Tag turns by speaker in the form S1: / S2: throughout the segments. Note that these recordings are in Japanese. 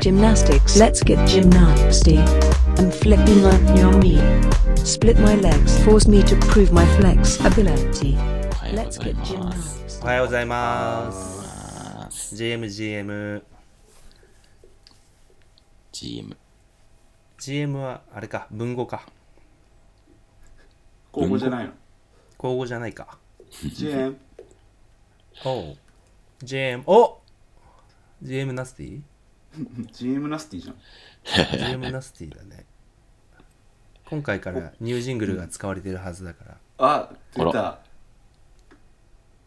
S1: Gymnastics. Let's get gymnasty. I'm flipping on your knee. Split my legs. Force me to prove my flexibility.
S2: おはようご
S1: Let's
S2: ざい
S1: get
S2: ます
S1: gymnasty.
S3: おはようございます。GMGM。
S2: GM
S3: GM はあれか、文語か。
S4: 高校じゃないの。
S3: 口語じゃないか。
S4: GM。
S3: おう。GM、お !GM ナスティ
S4: GM ナスティじゃん。
S3: ?GM ナスティだね。今回からニュージングルが使われてるはずだから、
S4: あ、出
S2: あ
S4: た。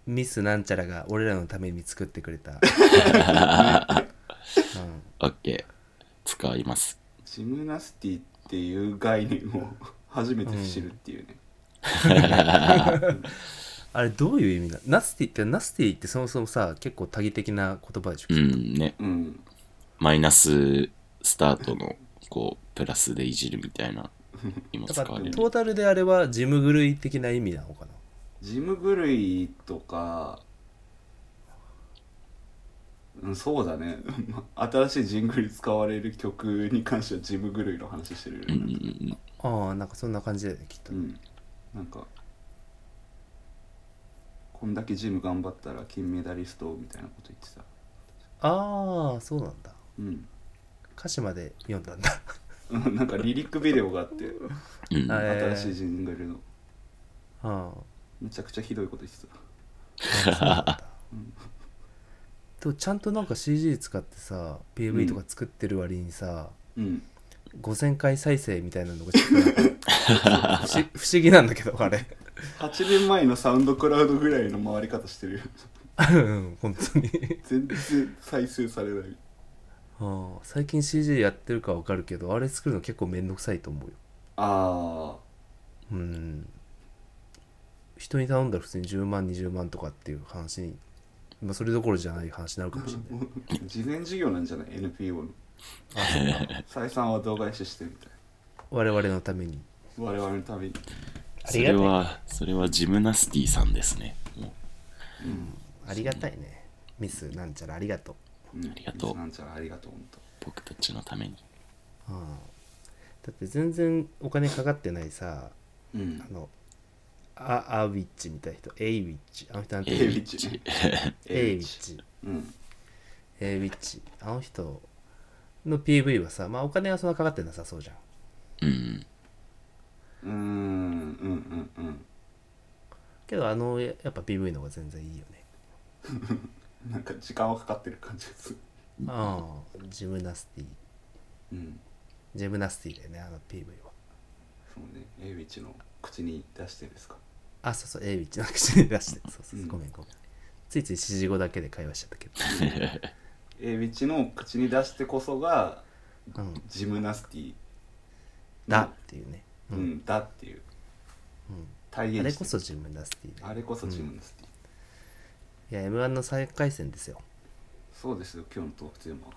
S3: ミスなんちゃらが俺らのために作ってくれた。
S2: OK 使い ます
S4: ジムナスティっていう概念を初めて知るっていうね。
S3: あれどういう意味なナスティって、ナスティってそもそもさ、結構多義的な言葉でしょ
S2: う。んね
S4: うん。
S2: マイナススタートのこうプラスでいじるみたいな今
S3: だ
S2: 使
S3: から
S2: わ
S3: ト
S2: れる
S3: ータルであれはジム狂い的な意味なのかな
S4: ジム狂いとか、うん、そうだね。 新しいジングル使われる曲に関してはジム狂いの話してるよ
S2: うんうんう
S4: ね。
S2: ん
S3: ああ、なんかそんな感じだよね、きっと
S4: う。ん。なんか、こんだけジム頑張ったら金メダリストみたいなこと言ってた。
S3: ああ、そうなんだ。
S4: うん。
S3: 歌詞まで読んだんだ。
S4: うんなんかリリックビデオがあって、
S2: うん
S3: はい
S4: 新しいジングルの。
S3: は
S4: めちゃくちゃひどいこと言ってた
S3: あ。とちゃんとなんか CG 使ってさ PV とか作ってる割にさ、
S4: うん
S3: 5000回再生みたいなのがちょっと なんか不思不思議なんだけどあれ
S4: 8年前のサウンドクラウドぐらいの回り方してるよ
S3: うん本当に
S4: 全然再生されない
S3: ああ最近 CG やってるかわかるけどあれ作るの結構めんどくさいと思うよ
S4: あ
S3: うん人に頼んだら普通に10万20万とかっていう話に、まあ、それどころじゃない話になるかもしれない
S4: あ事前事業なんじゃない NPO の採算は動返ししてみたい
S3: 我々のために
S4: 我々のために
S2: それはそれはジムナスティさんですねも
S3: ありがたいねミスなんちゃらありがとう
S4: うん
S2: ありがとう
S4: いつなんちゃらありがとう本当
S2: う僕たちのために
S3: ああだって全然お金かかってないさ
S4: うん
S3: あのアアウィッチみたいな人エイウィッチあの人なんて
S2: え
S4: エ
S3: エイ
S4: イ
S3: ウ
S4: ウ
S3: ィ
S4: ィ
S3: ッ
S4: ッ
S3: チ
S4: チね
S3: エイウィ
S4: イ
S3: ッチ
S4: うん
S3: エイウィッチあの人の PV はさまあお金はそんなかかってなさそうじゃん
S2: うん
S4: うーんうんうん
S3: けどあのややっぱ PV の方が全然いいよね
S4: うんなんか時間はかかってる感じでする
S3: ああジムナスティ
S4: うん
S3: ジムナスティだよねあの PV は
S4: そうねエイウィッチの口に出してですか
S3: あそうそうエイウィッチの口に出してそうそうそう、
S4: うん
S3: ごめんごめんついつい指示語だけで会話しちゃったけ
S4: エイウィッチの口に出してこそが
S3: ど、うん、
S4: ジムナスティ
S3: だっていうね、う
S4: うんん、だっていう、
S3: うん
S4: 体
S3: あ
S4: 現
S3: れ
S4: して
S3: こそジムナスティだよ
S4: あれこそジムナスティ、
S3: いや m 1の再回戦ですよ
S4: そうですよ今日のトークテーマは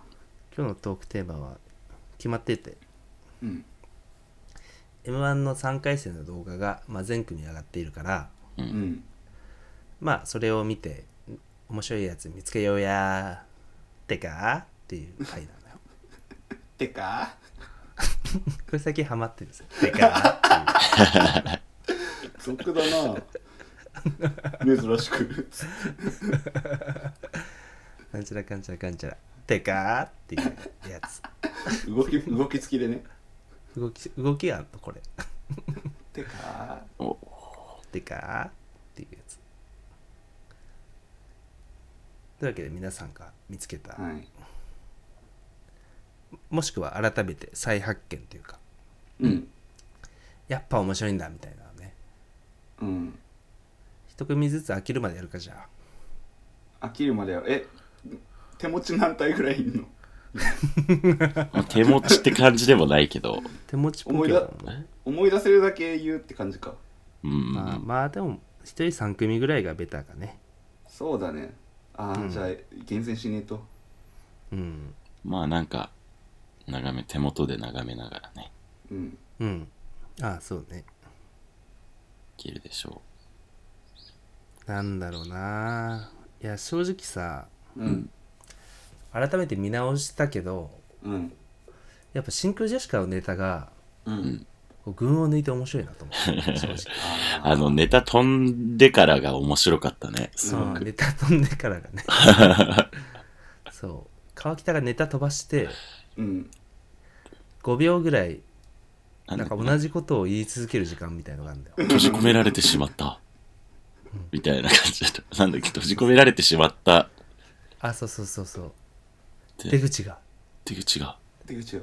S3: 今日のトークテーマは決まってて
S4: うん
S3: m 1の3回戦の動画が、まあ、全組上がっているから
S4: うん
S3: まあそれを見てん面白いやつ見つけようやーってかーっていう回なのよ
S4: て か
S3: これ最近ハマってるんですよてかーっていう
S4: 俗だな珍しく
S3: なんちゃらかんちゃらかんちゃらてかーっていうやつ
S4: 動き動きつきでね
S3: 動き動きがあんのこれ
S4: てか
S2: お
S3: てかーっていうやつというわけで皆さんが見つけた、
S4: はい
S3: もしくは改めて再発見というか
S4: うん
S3: やっぱ面白いんだみたいなのね
S4: うん
S3: 一組ずつ飽きるまでやるかじゃあ
S4: 飽きるまではえ手持ち何体ぐらいいんの
S2: まあ手持ちって感じでもないけ ど
S3: 手持ちポケモンね
S4: 思い出せるだけ言うって感じか
S2: うん
S3: まあまあでも一人3組ぐらいがベターかね
S4: そうだねああ、
S3: うん
S4: じゃあ厳選しねえと
S3: うん
S2: まあなんか眺め手元で眺めながらね
S4: うん
S3: うんああそうね
S2: いけるでしょ
S3: なんだろうないや正直さ
S4: うん
S3: 改めて見直したけど
S4: うん
S3: やっぱ真空ジェシカのネタが
S4: うん、
S3: こう群を抜いて面白いなと思って正直
S2: あの、ネタ飛んでからが面白かったね。すご
S3: うん
S2: く。
S3: ネタ飛んでから がねそう川北がネタ飛ばして
S4: うん
S3: 5秒ぐらい
S2: あ
S3: なんか
S2: の
S3: 同じことを言い続ける時間みたいのがあるんだよ
S2: 閉じ込められてしまった。みたいな感じだった。なんだっけ、閉じ込められてしまった。
S3: あそうそうそうそう
S2: で
S3: 出口が
S2: 出口が。
S4: 出口が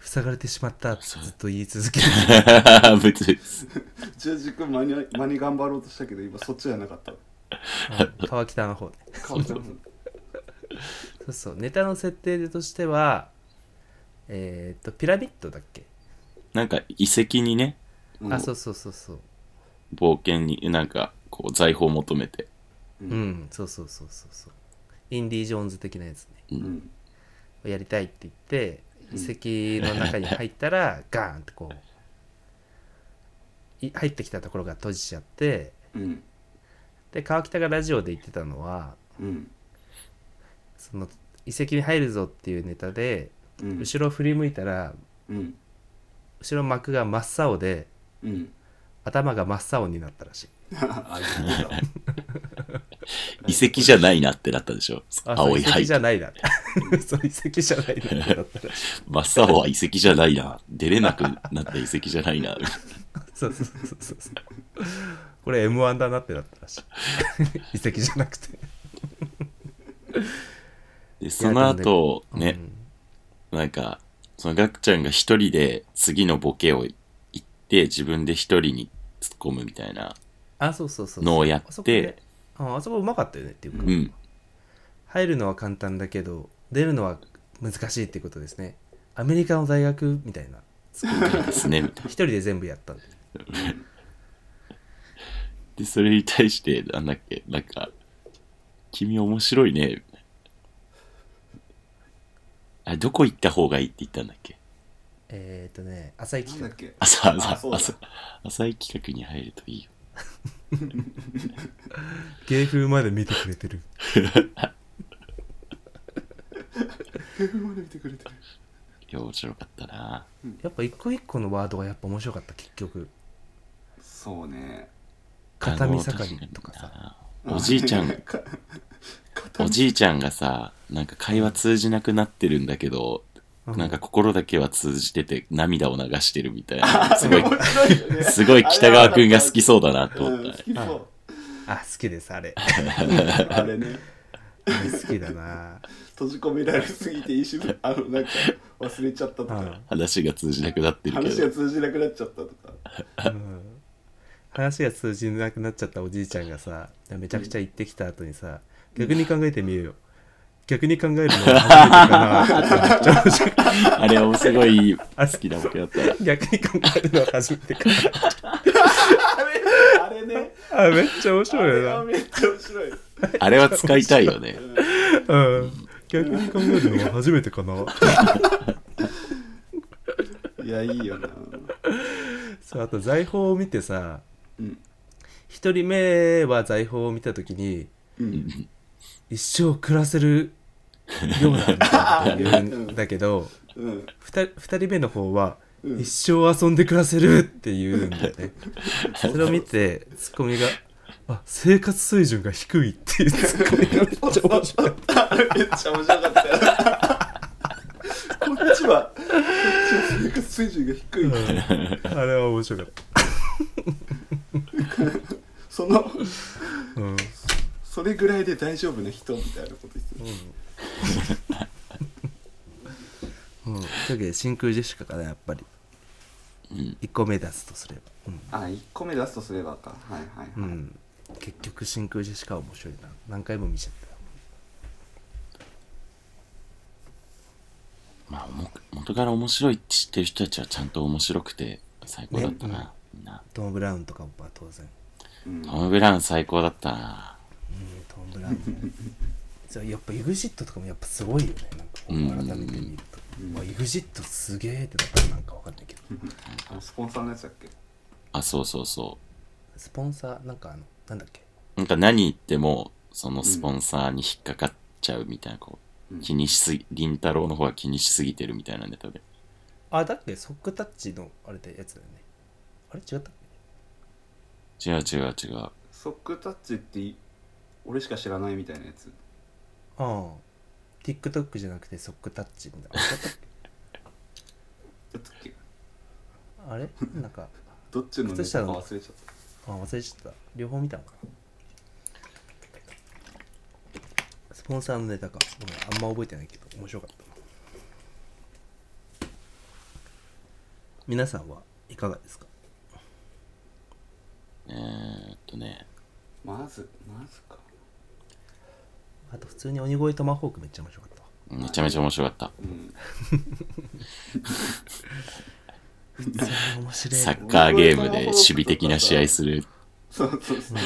S3: 塞がれてしまったって
S2: そう
S3: ずっと言い続 ける
S2: 別です。
S4: ジュージ君間に合い間に頑張ろうとしたけど今そっちじゃなかった
S3: うん川北の方ね
S4: 川北の方
S3: そうそうネタの設定としてはえーっとピラミッドだっけ、
S2: なんか遺跡にね、
S4: うん
S3: あそうそうそうそう
S2: 冒険に、なんか、こう、財宝を求めて。
S3: うん、そうそうそうそうそうインディ・ージョーンズ的なやつね
S2: う。
S4: うんん
S3: やりたいって言って
S4: う
S3: 遺
S4: ん
S3: 跡の中に入ったら ガーンってこうい入ってきたところが閉じちゃって
S4: うん
S3: で川北がラジオで言ってたのは
S4: うん
S3: その遺跡に入るぞっていうネタで
S4: うん
S3: 後ろ振り向いたら
S4: うん
S3: 後ろ幕が真っ青で
S4: うん
S3: 頭が真っ青になったらしい
S4: あ言ってた
S2: 遺跡じゃないなってなったでしょ。
S3: あそう
S2: 青い
S3: 遺跡
S2: 灰
S3: じ。ゃないな そう遺跡じゃないなってなったらしい
S2: 真っ青は遺跡じゃないな。出れなくなった遺跡じゃないな。
S3: そうそうそうそうそうこれ m 1だなってなったらしい 遺跡じゃなくて
S2: で、その後、ね、
S3: うん
S2: なんか、そのガクちゃんが一人で次のボケを言って、自分で一人に突っ込むみたいな
S3: あそうそうそうそう
S2: のをや
S3: あそ
S2: っ
S3: こね
S2: て、
S3: ああそこうまかったよねっていうか、
S2: うん、
S3: 入るのは簡単だけど出るのは難しいってことですねアメリカの大学みた いな
S2: ですね、みたいな。
S3: 一人で全部やったんだよ
S2: で、それに対して、なんだっけ、なんか、君面白いね、みたいな。あ、どこ行った方がいいって言ったんだっけ
S3: えーっ、とね浅い
S4: な
S3: 企
S4: ん
S3: 画
S4: だっけ
S2: 朝、
S4: あ
S2: 朝
S4: そう、だ
S2: 朝、浅い企画に入るといいよ。
S3: 芸風まで見てくれてる
S4: 車で見てくれてる
S2: いや、面白かったな。
S3: やっぱ一個一個のワードがやっぱ面白かった結局
S4: そうね
S3: 片見
S2: あの
S3: 盛
S2: 確
S3: りとかさ
S2: になおじいちゃんが、 おじいちゃんがさ、なんか会話通じなくなってるんだけど、
S3: うん
S2: なんか心だけは通じてて涙を流してるみたいな。すごい、
S4: 面白いよね
S2: すごい北川くんが好きそうだなと思
S4: うん
S2: っ
S4: 好
S2: た。
S4: きそう
S3: あ好きで すあれ
S4: あれね
S3: あれ好きだな
S4: 閉じ込められすぎて一瞬あのなんか忘れちゃったとか
S2: 話が通じなくなってるけ
S4: 話が
S2: ど。
S4: 通じなくなっちゃったとか
S3: うん話が通じなくなっちゃったおじいちゃんがさめちゃくちゃ行ってきた後にさ逆に考えてみようよ逆に考えるのは初めてかなってめっちゃ面
S2: あれ
S3: 白い
S2: はすごい
S3: あ
S2: 好きな僕だった ら。
S3: 逆に考えるのは初めてか
S4: あれあれね
S3: な あめっちゃ面
S4: あ
S3: 白い
S4: れ
S3: よ
S4: はめっちゃ面白い
S2: あれは使いたいよね。
S3: なうん逆に考えるのは初めてかない
S4: やいいよな
S3: そうあと財宝を見てさ
S4: うん
S3: 一人目は財宝を見た時に
S4: うん
S3: 一生暮らせるようなみたいなこと言うんだけど
S4: うん
S3: 2人目の方は、
S4: うん
S3: 一生遊んで暮らせるって言うんだよねそれを見てツッコミが「あ生活水準が低い」っていうツッコミがめっちゃ面 白い
S4: あれめっちゃ面白かったよこっちはこっちは生活水準が低い、
S3: あれは面白かっ
S4: その
S3: た、うん、
S4: それぐらいで大丈夫な人みたいなこと言ってる
S3: うん、というわけで真空ジェシカかなやっぱり、1個目出すとすれば、うん
S4: あ1個目出すとすればかはいはいはい、
S3: うん結局真空ジェシカは面白いな何回も見ちゃった
S2: まあ、おも元から面白いって知ってる人たちはちゃんと面白くて最高だったな。
S3: ね
S2: みんな
S3: トム・ブラウンとかもまあ当然、
S4: うん
S2: トム・ブラウン最高だったな。
S3: うん、トム・ブラウン もそうやっぱ EXIT とかもやっぱすごいよねなんかこう改めて見ると、まあ、EXIT すげえってだからなんかわかんないけど
S4: あのスポンサーのやつだっけ
S2: あ、そうそうそ
S3: スポンサーなんかあのなんだっけ
S2: う。なんか何言っても、そのスポンサーに引っかかっちゃうみたいな、こう、気にしすぎ、りんたろうの方が気にしすぎてるみたいなネタで。
S3: あだってソックタッチのあれでやつだよねあれ違ったっ
S2: 違う違う違う。
S4: ソックタッチってい俺しか知らないみたいなやつ
S3: けああ TikTok じゃなくてソックタッチみたいなあ違ったっけ
S4: だったっけ
S3: あれなんか
S4: どっちのネ
S3: 靴下
S4: タか
S3: の
S4: 忘れちゃっ
S3: あ忘れちゃった両方見たのかなスポンサーのネタかごめんあんま覚えてないけど面白かった皆さんはいかがですか
S2: えー、っとね。
S4: たまずまずか
S3: あと普通に鬼越トマホークめっちゃ面白かったわ
S2: めちゃめちゃ面白かった。
S4: うん
S3: 普 通に面白い
S2: サッカーゲームで守備的な試合する。
S4: そうそうそう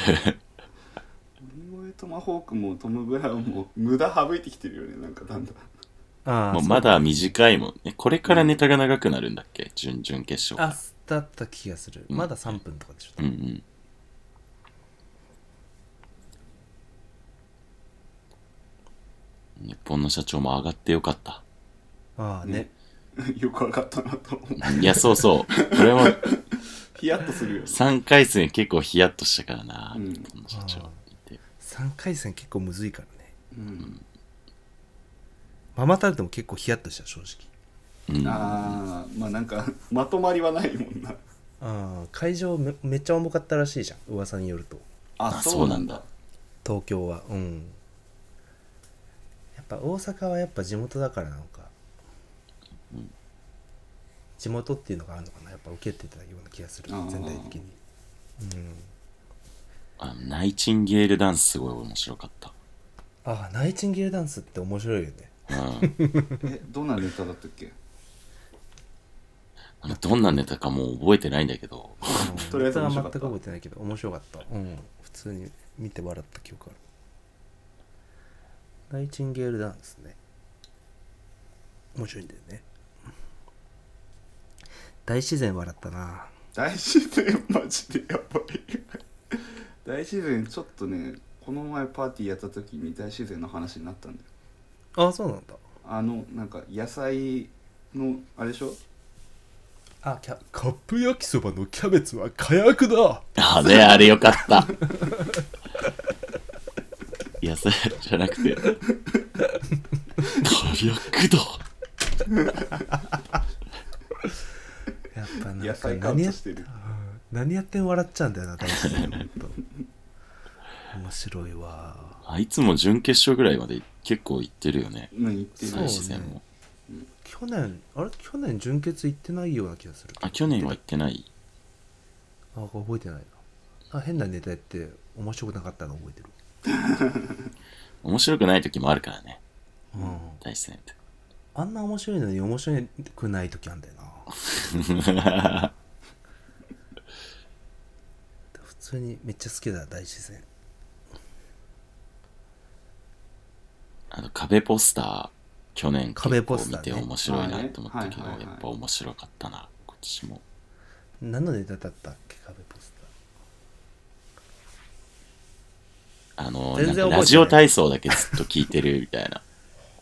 S4: 鬼越トマホークもトム・ブラウンも無駄省いてきてるよねなんかだんだん
S3: ああ
S2: もう
S3: そう
S2: まだ短いもんね。これからネタが長くなるんだっけ準々決勝
S3: あ
S2: か
S3: だった気がする
S2: うん
S3: まだ3分とかでしょ、
S2: ら。うんうん。日本の社長も上がってよかった。
S3: ああね
S4: ね よくわかったなと思う
S2: いや、そうそう。これも
S4: ヒヤッとするよね
S2: 3回戦結構ヒヤッとしたからな、
S4: うん
S2: 日本の社長見て。
S3: 3回戦結構むずいからね
S4: うん
S3: ママタルトも結構ヒヤッとした正直
S2: うん、
S4: ああまあなんかまとまりはないもんな
S3: ああ会場めめっちゃ重かったらしいじゃん噂によると
S4: あ
S2: あそうなんだ
S3: 東京はうんやっぱ大阪はやっぱ地元だからなのか、地元っていうのがあるのかなやっぱ受けてたような気がする
S4: あー
S3: 全体的にうん
S2: あナイチンゲールダンスすごい面白かった。
S3: ああナイチンゲールダンスって面白いよね
S2: うん、
S4: えどんなネタだったっけ
S2: あのどんなネタかもう覚えてないんだけど、
S3: うん
S4: とりあえず面白か
S3: 本
S4: った
S3: 当は全く覚えてないけど面白かった、うん、普通に見て笑った記憶あるナイチンゲールダンスね面白いんだよね大自然笑ったな
S4: 大自然マジでやばい 大自然ちょっとねこの前パーティーやった時に大自然の話になったんだよ
S3: あそうなんだ
S4: あのなんか野菜のあれでしょ
S3: あキャカップ焼きそばのキャベツは火薬だ
S2: あれ、あれよかった。いや、それじゃなくて、火力度。
S3: やっぱな
S4: 野
S3: んか
S4: 菜カ
S3: 何
S4: ット
S3: や
S4: してる
S3: 何やっても笑っちゃうんだよな大自然本当面白いわ
S2: あいつも準決勝ぐらいまで結構行ってるよね。
S4: 何言って
S3: そう
S2: 大
S4: る
S3: ね
S2: 自然も。
S3: 去年あれ去年純潔行ってないような気がする
S2: あ、去年は行ってない。
S3: あ覚えてないなあ変なネタやって面白くなかったの覚えてる
S2: 面白くない時もあるからね、
S3: うん
S2: 大自然って。
S3: あんな面白いのに面白くない時あんだよな普通にめっちゃ好きだ大自然
S2: あの、壁ポスター、去年
S3: 壁
S2: 結
S3: ポ
S2: 構
S3: ス
S2: 見
S3: ターね
S2: て面白いなと思ったけど、
S4: あーねはいはいはい
S2: やっぱ面白かったな、今年も。
S3: 何のネタだったっけ壁ポス
S2: あの、
S3: 全然
S2: なんか
S3: 覚えてない
S2: ラジオ体操だけずっと聞いてるみたいな。
S3: ター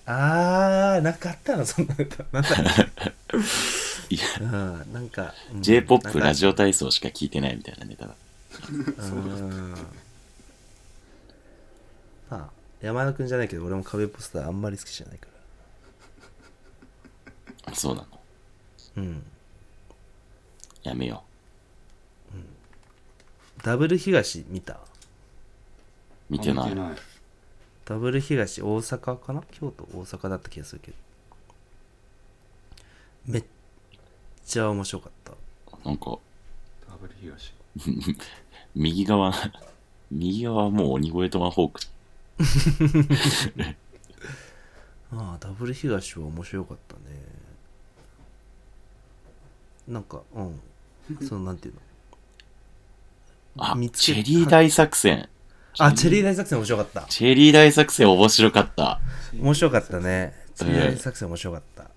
S3: あーなかったな そんなネタなんだっ
S2: いや、
S3: けうんなんか、うん、
S2: J-POP ラジ
S3: オ
S2: オ体操しか聞いてないみたいなネタだ。
S3: うんまあ山田君じゃないけど俺も壁ポスターあんまり好きじゃないから
S2: あそうなの。
S3: うん
S2: やめよ
S3: ダブル東見た
S2: う。見てない。
S4: ない
S3: ダブル東大阪かな京都大阪だった気がするけどめっちゃ面白かった
S2: なんか、
S4: ダブル東
S2: 右側、 右側はもう鬼越トマホーク。
S3: ああダブル東は面白かったねなんか うんそのなんていうの
S2: あ
S3: 見、つ
S2: チ
S3: け
S2: ェ
S3: た
S2: リー大作戦。
S3: あチェリー大作戦面白かった
S2: チェリー大作戦面白かった。
S3: 面白かったねチ
S2: え
S3: ェリー大作戦面白かった、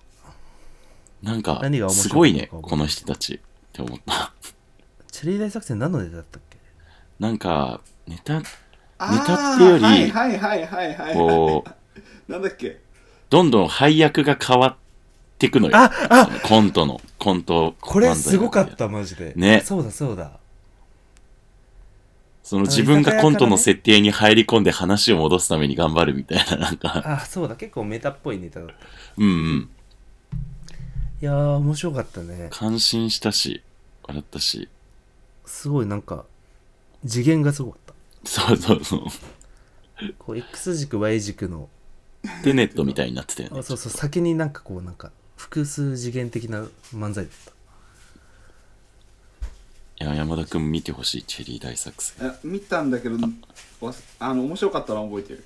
S2: なんか
S3: 何が、面白
S2: す
S3: い
S2: ごいね、
S3: のか
S2: この人たちって思った。
S3: チェリー大作戦何のネタだったっけ
S2: なんか、ネタ、
S4: あー
S2: ネタってより
S4: はいはいはいはいはい
S2: こう、
S4: なんだっけ
S2: どんどん配役が変わってくのよ。
S3: ああ
S2: コントの、コント。
S3: これすごかっ
S2: 漫才の時は
S3: たマジで
S2: ね
S3: そうだそうだ
S2: その自分がコントの設定に入り込んで話を戻すために頑張るみたいな、なんか、
S3: あそうだ結構メタっぽいネタだったい
S2: うんうん。
S3: やー面白かったね
S2: 感心したし、笑ったし。
S3: すごいなんか次元がすごかっ
S2: そうそうそう。
S3: たこう X 軸 Y 軸の
S2: テネットみたいになってたよね
S3: あ。そうそう先になんかこうなんか複数次元的な漫才だった
S2: いや、山田くん見てほしい、チェリー大作戦。
S4: え見たんだけどわすあの面白かったのは覚えてる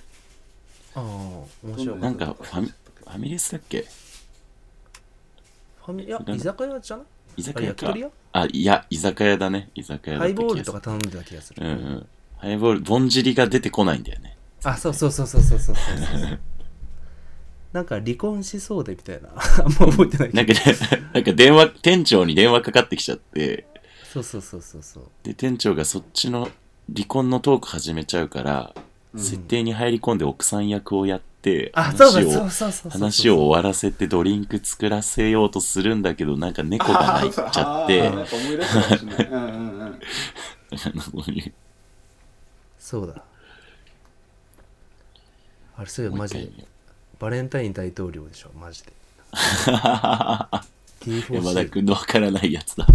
S3: ああ面白
S4: どん
S3: か
S2: な
S3: っ
S2: んか、ファミ、ファミレスだっけ
S3: たファミいや
S2: なん
S3: 居酒屋じゃない
S2: 居酒屋
S3: あ
S2: か
S3: 焼き鳥屋。
S2: あ、いや、居酒屋だね。居酒屋だ
S3: ハ
S2: っ
S3: イ
S2: た気がす
S3: ボ
S2: る
S3: ールとか頼んでた気がする、
S2: うんうん。ハイボール、ぼんじりが出てこないんだよね。
S3: あそうそうそうそうそうそうそうそうなんか離婚しそうでみたいなあんま覚えてないけど
S2: なんか ね、なんか電話、店長に電話かかってきちゃって、
S3: そうそうそうそうそう
S2: で、店長がそっちの離婚のトーク始めちゃうから、設定に入り込んで奥さん役をやって、
S3: あそうだ
S2: 話を
S3: そうそうそうそう
S2: 話を終わらせてドリンク作らせようとするんだけど、なんか猫が
S4: あ
S2: 泣いちゃって、
S4: ーなんか思い出したかもしれないうんうんうん
S3: そうだあれそういえば
S2: もう
S3: マ
S2: 一
S3: ジ
S2: 回
S3: で
S2: 見よう
S3: バレンタイン大統領でしょマジで
S2: 山田
S3: D4C
S2: くんのわからないやつだ。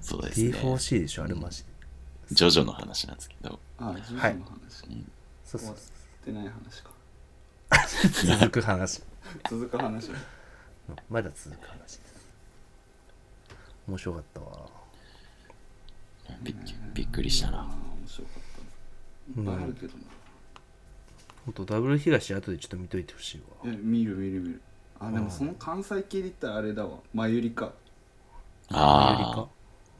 S2: そうですね。
S3: D4C でしょあれマジで、
S2: ジョジョの話なんですけど。
S4: あー、ジムの
S3: はい
S4: 話
S3: そう
S4: 終
S3: そ
S4: わ
S3: う
S4: ってない話か
S3: 続く話
S4: 続く話
S3: まだ続く話です面白かったわ
S2: びっびっくりした
S4: あ
S2: な。
S4: ー面白かったないっぱいあるけどな、
S3: ほんとダブル東後でちょっと見といてほしいわ
S4: え見る見る見るあでもその関西系で言ったらあれだわまゆりか
S2: ああ。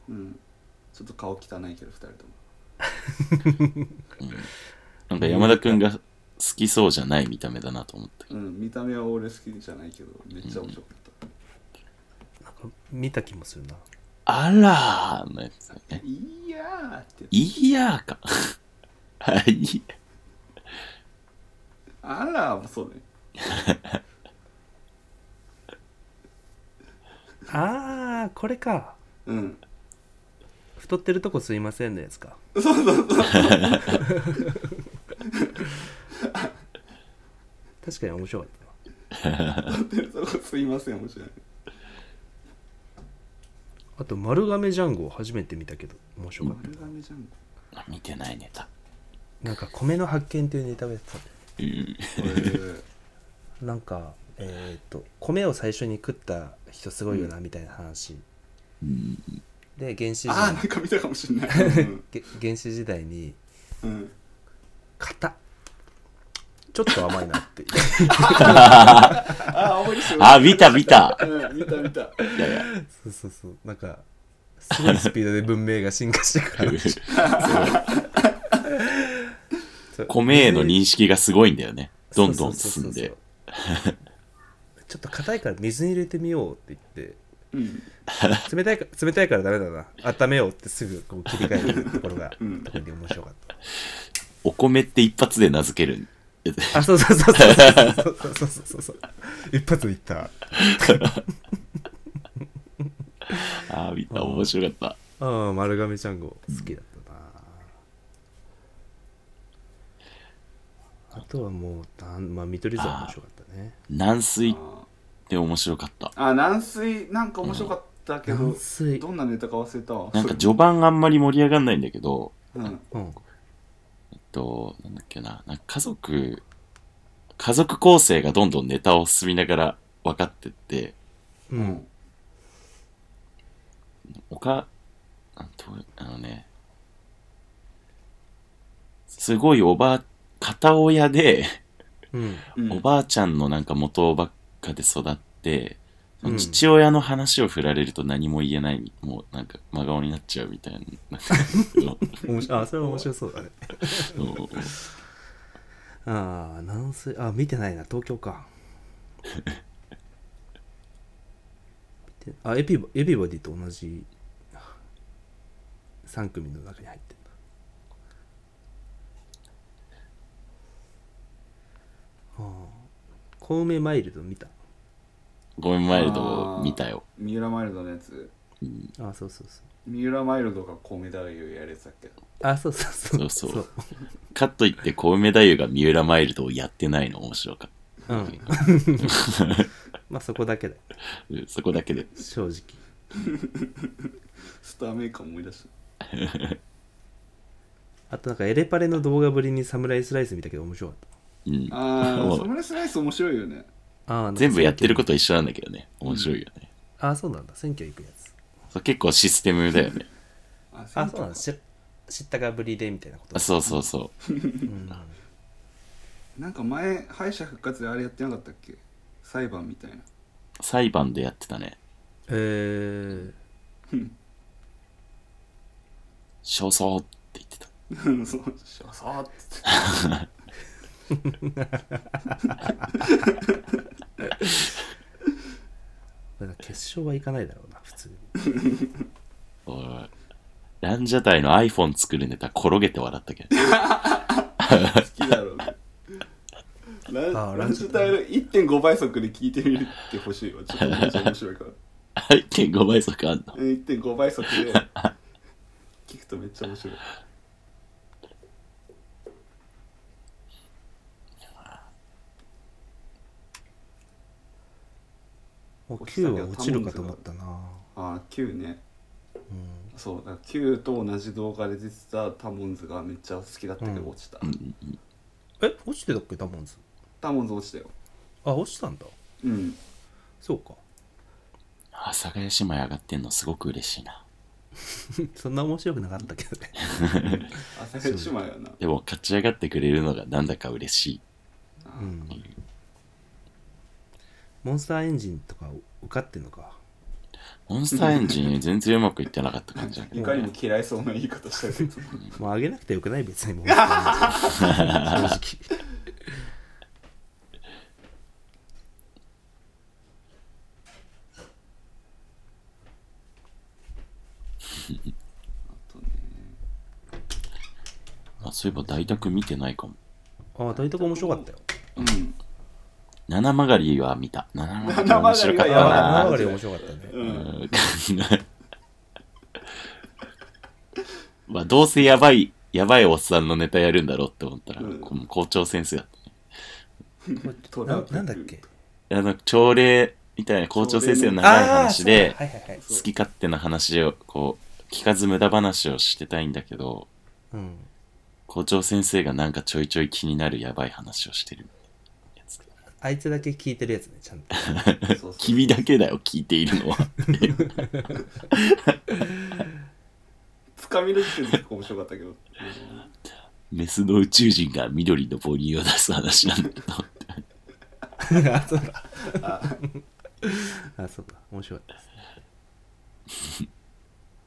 S4: うんちょっと顔汚いけど2人とも
S2: なんか山田くんが好きそうじゃない見た目だなと思ったけど。
S4: うん見た目は俺好きじゃないけどめっちゃ面白かった、
S3: なんか見た気もするな
S2: あらーのやつだよね。
S4: いやーって
S2: いやーか。 はい。
S4: あらもそうね
S3: あーこれか
S4: うん
S3: 太ってるとこすいませんのやつかそうそうそう確かに面白かったな
S4: 撮ってるとこすいません面白い
S3: あと丸亀ジャンゴを初めて見たけど面白かった
S4: 丸亀じゃん
S2: あ見てないネタ。
S3: なんか米の発見というネタをやってたんだよ
S2: うん。
S4: これ
S3: なんかえーっと米を最初に食った人すごいよなみたいな話、で原始時
S4: あー
S3: 代
S4: なんか見たかもしれ ないうん
S3: げ原始時代に
S4: うん
S3: 硬っちょっと甘いなっていう
S4: あー青森市
S2: あ、見た見た。
S4: うん見た見た
S2: いやいや。
S3: そうそうそうなんかすごいスピードで文明が進化してくるそう
S2: 米への認識がすごいんだよね。どんどん
S3: そうそ
S2: 進
S3: うそ
S2: ん
S3: うそう
S2: で。
S3: ちょっと硬いから水に入れてみようって言って
S4: うん
S3: 冷たいか冷たいからダメだな温めようってすぐこう切り替えるところが
S4: うん
S3: 特に面白かった
S2: お米って一発で名付ける。
S3: あそうそうそうそうそうそうそうそうそう一発でいった
S2: あー、見た。面白かっ
S3: ああ丸亀ちゃんご好きだったな、あとはもうなんまあ見取り図は面白かったね
S2: た。軟水っ
S4: あ
S2: て面白かった。
S4: ー軟水なんか面白かったけど
S3: 軟水
S4: どんなネタか忘れたわ
S2: なんか序盤あんまり盛り上がんないんだけど、
S4: うん
S3: うん
S2: えっと、なんだっけな、なんか家族、家族構成がどんどんネタを進みながら分かってって、
S3: う
S4: うんん
S2: おか、あどうあのね、すごいおばあ、片親で、
S3: うん
S4: うん
S2: おばあちゃんのなんか元ばっかで育って、
S3: うん
S2: 父親の話を振られると何も言えない、もうなんか真顔になっちゃうみたいな。
S3: 面白あそれは面白そうだね
S2: そう
S3: ああ軟水あ見てないな東京か見てあエビバエビバディと同じ3組の中に入ってる小梅マイルド見た
S2: ゴミマイルドを見たよ。
S4: 三浦マイルドのやつ
S3: あそうそうそう
S4: 三浦マイルドが米太夫やれてたっけ
S3: あそうそうそう
S2: そうそうかといって、小梅太夫が三浦マイルドをやってないの面白かっ
S3: う、 うん、まあそこだけだよ
S2: た。うんそこだけで。
S3: 正直
S4: スターメーカー思い出し
S3: あとなんかエレパレの動画ぶりにサムライスライス見たけど面白かった
S2: うん
S4: た。あ
S2: も
S4: あ
S2: う
S4: サムライスライス面白いよね
S3: ああ
S2: 全部やってること一緒なんだけどね。面白いよね。
S3: とあそうなんだ選挙行くやつ
S2: そう結構システムだよね。
S4: あ
S3: あそうなんだ知知ったかぶりでみたいなこと
S2: あそうそうそう。
S3: うん
S4: なんか前敗者復活であれやってなかったっけ裁判みたいな
S2: 裁判でやってたね。
S3: えー、
S2: 焦燥って言ってた。
S4: うんそうそうそうっつって
S3: だから決勝は行かないだろうな普通に
S2: おいランジャタイの iPhone 作るネタ転げて笑ったけど。
S4: 好きだろうねラ
S3: あーラ
S4: ンラ
S3: ン
S4: ン
S3: チ
S4: チタイル1.5倍速で聞いてみるってほしいわちょっとめっちゃ面白いから
S2: 1.5倍速あん の。
S4: うん1.5倍速で聞くとめっちゃ面白い
S3: もう9は落ちるかと思ったな
S4: ああ9ね
S3: うん
S4: そうだから9と同じ動画で出てたタモンズがめっちゃ好きだったけど
S3: うん
S4: 落ちた、
S3: え落ちてたっけダモンズ
S4: タモンズ落ちたよ
S3: あ落ちたんだ
S4: うん
S3: そうか
S2: 阿佐ヶ谷姉妹上がってんのすごく嬉しいな。
S3: そんな面白くなかったけどね
S4: 朝日姉妹やな
S2: でも勝ち上がってくれるのがなんだか嬉しい。
S3: うんモンスターエンジンとか受かってんのか
S2: モンスターエンジン全然うまくいってなかった感じだけ
S4: い
S2: ど、
S4: かにも
S2: ね。
S4: 嫌いそうな言い方したけど
S3: まあ上げなくてよくない 別にモンスターエンジン正直
S4: あとね
S2: あそういえば大宅見てないかも。
S3: ああ大徳面白かったよ
S4: うん
S2: 七曲りは見た。七曲り
S4: 七
S2: 面白
S4: 曲
S2: かっ
S4: り
S2: た
S4: はやばい
S3: ああ
S2: な
S3: 流れ面白かったね
S4: うん
S2: まあ、どうせやばい、やばいおっさんのネタやるんだろうって思ったら、
S4: うん
S2: この校長先生だったね。
S4: トラ
S3: な
S4: ンプ
S3: なんだっけ
S2: いやなんか朝礼みたいな校長先生の長い話で
S3: あーそう、だはいはいはい
S2: 好き勝手な話を、こう、聞かず無駄話をしてたいんだけど、
S3: うん
S2: 校長先生がなんかちょいちょい気になるやばい話をしてるやつ。
S3: あいつだけ聞いてるやつねちゃんと
S4: そうそう
S2: 君だけだよ、聞いているのは。
S4: つかみの時点で結構面白かったけど
S2: メスの宇宙人が緑の母乳を出す話なんだけど。
S3: あそうだ あそうだ面白かったですね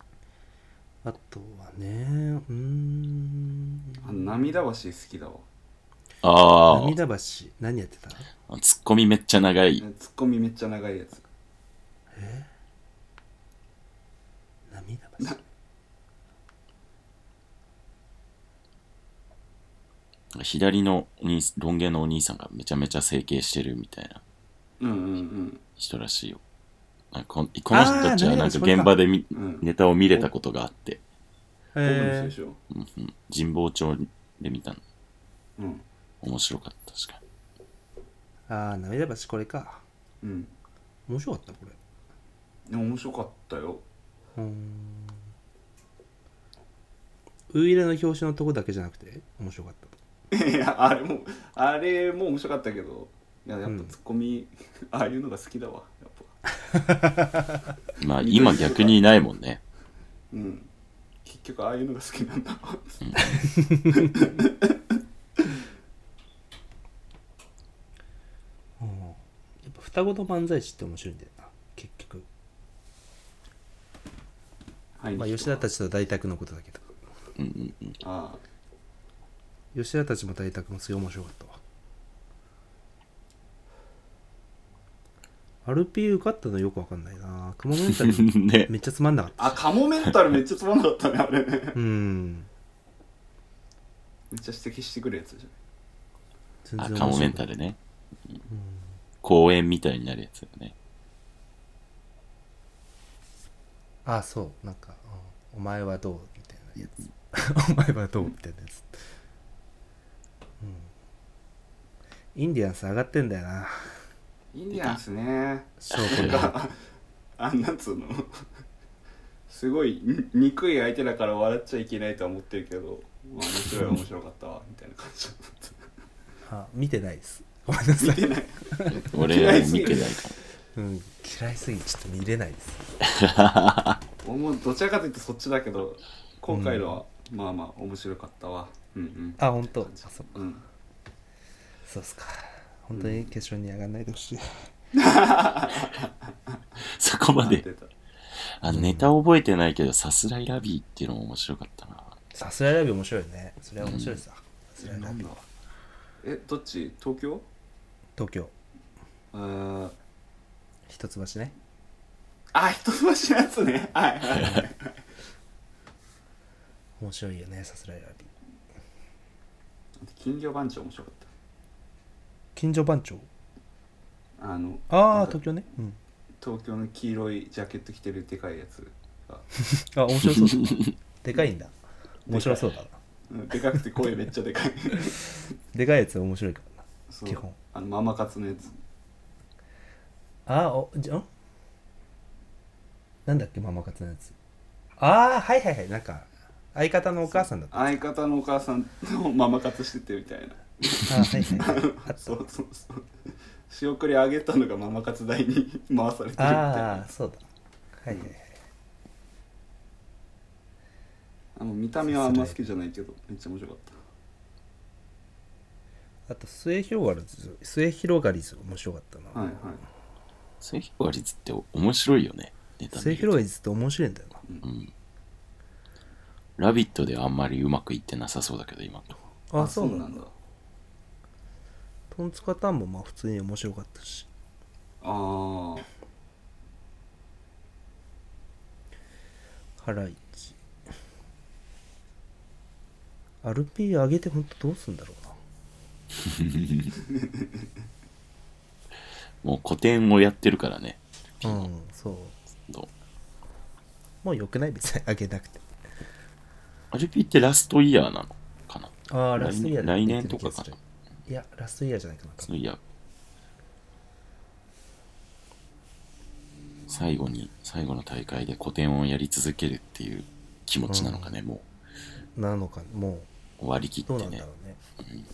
S3: あとはねうーん
S4: あ涙橋好きだわ
S2: ああ。
S3: 涙橋何やってた
S2: ツッコミめっちゃ長い。
S4: ツッコミめっちゃ長いやつ
S3: 涙橋
S2: 左のお兄ロン毛のお兄さんがめちゃめちゃ整形してるみたいな
S4: うんうん
S2: 人らしいよ。なんかこんこの人たちはなんか
S3: 涙橋
S2: 現場でみ
S4: うん
S2: ネタを見れたことがあって、
S4: 僕の人
S3: へ
S4: で
S3: ー
S4: しょ
S2: うんうん神保町で見たの。
S4: うん
S2: 面白かった、確かに。
S3: ああ涙橋これか
S4: うん
S3: 面白かったこれ
S4: でも面白かったよ
S3: うーんウイイレの表紙のとこだけじゃなくて面白かったと
S4: いやあれもあれも面白かったけどいややっぱツッコミ、 ああいうのが好きだわやっぱ
S2: まあ今逆にいないもんね。
S4: うん結局ああいうのが好きなん だわ
S3: やっぱ双子の漫才師って面白いんだよな結局
S4: はい
S3: まあ吉田たちと大宅のことだけど
S4: ああ
S3: 吉田たちも大宅もすごい面白かったわアルピー受かったのよくわかんないな熊本 旅
S2: ね。
S3: めっちゃつまんなかった
S4: あカモメンタルめっちゃつまんなかったねあ れね
S3: うん
S4: めっちゃ指摘してくるやつじゃん
S3: 全
S2: あ、
S3: 然
S2: カモメンタ
S3: ル
S2: ルね。公園みたいになるやつよね。
S3: ああそうなんか、うんお前はどう?」みたい なやつ「お前はどう?」みたいなやつうんインディアンス上がってんだよない
S4: いんじゃんすね
S3: 勝
S4: な
S3: 負
S4: ん
S3: が
S4: かあんなんつうの すごいに憎い相手だから笑っちゃいけないとは思ってるけど、まあ、面白い面白かったわみたいな感じ だっ
S3: あ見てないですごめんなさ
S4: た見
S3: い、
S4: てない
S2: 俺は見てないか
S3: うん、嫌いすぎてちょっと見れないです
S4: 俺もどちらかというとそっちだけど今回のは、まあまあ面白かったわうんうん
S3: あ本当あそ
S4: うん
S3: そうっすか本当に決勝に上がらないでほしい、
S2: ら。そこま
S4: なん
S2: で
S4: て。た
S2: あ、ネタ覚えてないけど、さすらいラビーっていうのも面白かったな。
S3: さすらいラビ面白いねそれは面白いさ、さすらいラビは
S4: えどっち東京
S3: 東京
S4: あー
S3: 一橋ね
S4: あ人増しのやつねはいはいはい
S3: 面白いよねさすらいラビ
S4: 金魚番長面白かっ
S3: 近所番長
S4: たあの
S3: あ
S4: な
S3: あ
S4: んか
S3: 東京ねうん
S4: 東京の黄色いジャケット着てるでかいやつが、
S3: あ面白そうだ でかいんだ面白そうだな
S4: うん、でかくて声めっちゃでかい
S3: でかいやつは面白いからな
S4: そう
S3: 基本
S4: あのママ活のやつ
S3: あーおじゃんなんだっけママ活のやつああはいはいはいなんか相方のお母さんだったあ
S4: 相方のお母さんのママ活しててみたいな
S3: ーはいはいはいあった
S4: そうそうそう仕送りあげたのがママ活代に 回されてるみたい
S3: あ
S4: な
S3: あそうだはいはいはい
S4: あの見た目はあんま好きじゃないけどめっちゃ面白かった
S3: あと末広がりず末広がりず面白かったな、
S4: はいはい
S2: そういう割りって面白いよね。ネタ
S3: 末
S2: 見る
S3: 広がりずって面白いんだよな
S2: ラビットではあんまりうまくいってなさそうだけど、今 のとこ。
S3: あそうなんだ
S4: あ
S3: トンツカタンもまあ普通に面白かったし
S4: あー
S3: ハライチ RP 上げて本当どうすんだろうな
S2: もう古典をやってるからね。
S3: うん、そう。
S2: どう
S3: もう良くない別にあげなくて。
S2: アルピーってラストイヤーなのかな
S3: ああ、
S2: 来
S3: ラストイヤーだ
S2: 来年とかかな。
S3: いや、ラストイヤーじゃないかな。
S2: そういや、最後に、最後の大会で古典をやり続けるっていう気持ちなのかね、も
S3: なのか、も
S2: う割り切
S3: う、どう
S2: っ
S3: な
S2: て
S3: んだ
S2: ね
S3: ろ。うね。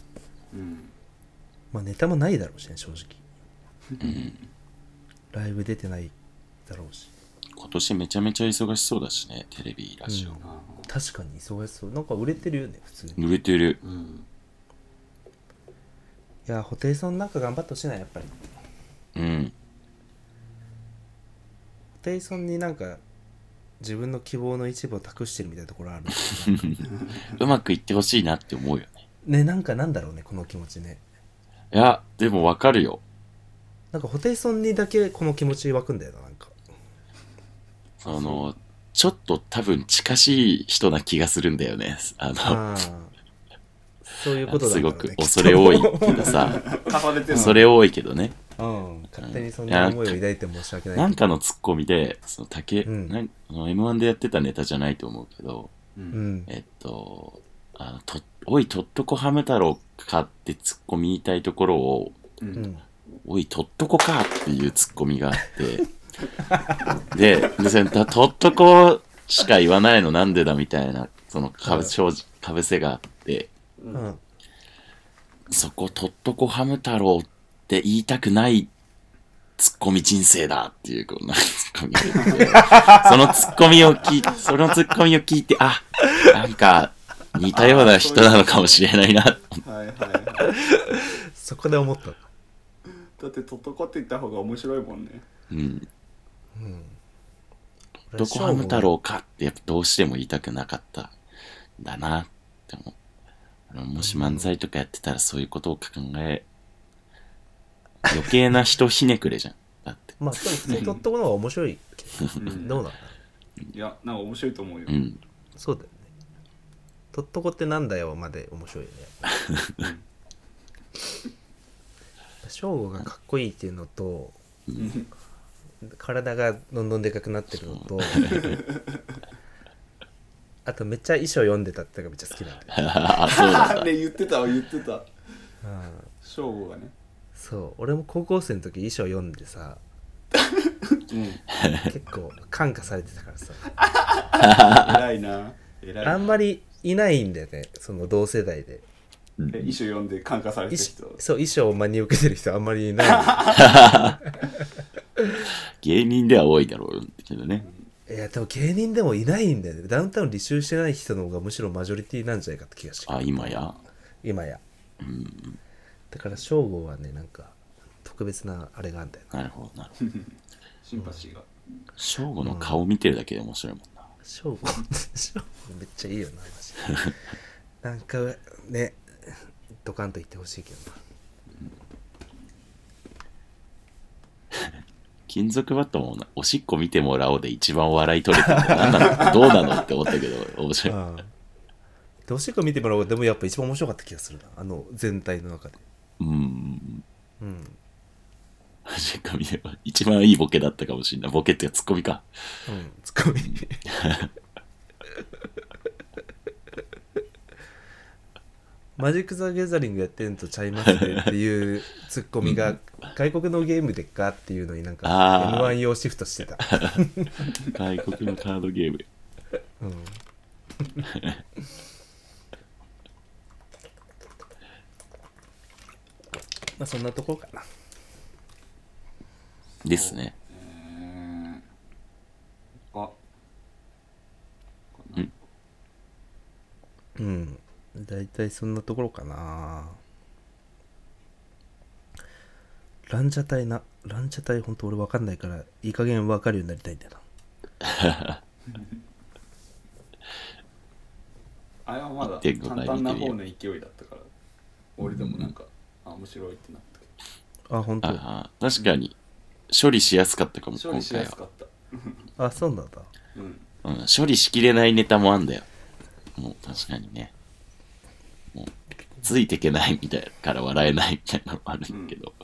S4: うん
S3: まあ、ネタもないだろうしね、正直。ライブ出てないだろうし。
S2: 今年めちゃめちゃ忙しそうだしね、テレビ、ラジオ。
S3: うん
S4: あ
S3: 確かに忙しそう。なんか売れてるよね、普通に。い
S2: 売れてる
S4: ー。うん
S3: や、布袋さんなんか頑張ってほしいな、やっぱり。布
S2: うん。
S3: 袋さんになんか、自分の希望の一部を託してるみたいなところある。
S2: うまくいってほしいなって思うよね。
S3: ね、なんかなんだろうね、この気持ちね。
S2: いや、でもわかるよ。
S3: なんか、布袋さんにだけこの気持ち湧くんだよな、なんか。
S2: あの、ちょっと多分近しい人な気がするんだよね。あの、
S3: ああそういうことだ
S2: す
S3: ろう
S2: ごく
S3: ねきっと
S2: 恐れ 多いけどさ、
S4: 重ねてるの
S2: 恐れ多いけどね。
S3: うん勝手にそんな思いを抱いて申し訳ない
S2: なん
S3: か
S2: かのツッコミで、その竹、
S3: うん
S2: なんあの M1 でやってたネタじゃないと思うけど、
S4: う
S3: うんん
S2: えっと、あのとおい、とっとこハム太郎かってツッコミ言いたいところを、
S4: う
S3: うんん
S2: おい、とっとこかっていうツッコミがあって、 で、でそれととっとこしか言わないのなんでだみたいな、そのかぶ正直かぶせがあって、
S3: うん
S2: そこ、とっとこハム太郎って言いたくないツッコミ人生だっていう、こんなツッコミが出ててそのツッコミを聞い、そのツッコミを聞いて、あ、なんか、似たような人なのかもしれないな。
S4: はいはいはい
S3: そこで思った
S4: だってとっとこって言った方が面白いもんね
S2: うん。
S3: 俺
S2: どこハム太
S3: 勝負
S2: 郎かって、やっぱどうしても言いたくなかったんだなって思うあの。もし漫才とかやってたらそういうことを考え、余計な人ひねくれじゃん。だって。
S3: まあでも普通にとっとこの方が面白いけ
S4: うん
S3: どどうなんだ
S4: いやなんか面白いと思うよ
S2: うん。
S3: そうだよねとっとこってなんだよまで面白いよねやっぱり翔吾がかっこいいっていうのと体がどんどんでかくなってるの とあとめっちゃ衣装読んでたってのがめっちゃ好きなんだよ、
S2: あ、そうだった。
S4: ね言ってたわ言ってた
S3: うん
S4: 省吾がね
S3: そう俺も高校生の時衣装読んでさ結構感化されてたからさ
S4: 偉いな偉い
S3: あんまりいないんだよねその同世代で
S4: え衣装読んで感化されて
S3: 衣装
S4: る人
S3: そう衣装を真に受けてる人あんまりいな
S2: 芸人では多いだろうけどね。
S3: いいやでも芸人でもいないんだよねダウンタウン履修してない人の方がむしろマジョリティなんじゃないかって気がしてくる
S2: あ、今や。
S3: 今や、だから省吾はねなんか特別なあれがあんだよね
S2: なるほど、なるほど。
S4: シンパシーが
S2: 正吾の顔見てるだけで面白いもんな。
S3: 省吾省吾めっちゃいいよなマジでなんかねドカンと言ってほしいけどな
S2: 金属バットもなおしっこ見てもらおうで一番笑い取れてるの何なのどうなのって思ったけど、面白い。
S3: うんでおしっこ見てもらおうでもやっぱ一番面白かった気がするなあの全体の中で
S2: うん。
S3: うん、
S2: おしっこ見れば一番いいボケだったかもしれない。ボケっていうかツッコミか。
S3: うん、ツッコミマジック・ザ・ギャザリングやってんとちゃいますねっていうツッコミが外国のゲームでかっていうのになんか
S2: あー
S3: m 1用シフトしてた、
S2: 外国のカードゲーム。
S3: うん、 まあそんなところかな
S2: ですね。
S4: えー、あ
S3: うん大体そんなところかなランジャタイなランジャタイほんと俺わかんないからいい加減わかるようになりたいんだよな
S4: あれはまだ
S2: 1.5
S4: 簡単な方の勢いだったから俺でもなんか、あ面白いってなったけ
S3: あ本当。
S2: ああ、確かに、処理しやすかったかも、
S4: ど
S2: 今
S4: 処理し
S2: 回
S4: やすか
S2: は。
S4: った
S3: あそうなんだ
S4: う
S2: う
S4: ん
S2: ん、処理しきれないネタもあんだよ。もう確かにね。もう、ついてけないみたいなから笑えないみたいなのもあるけど。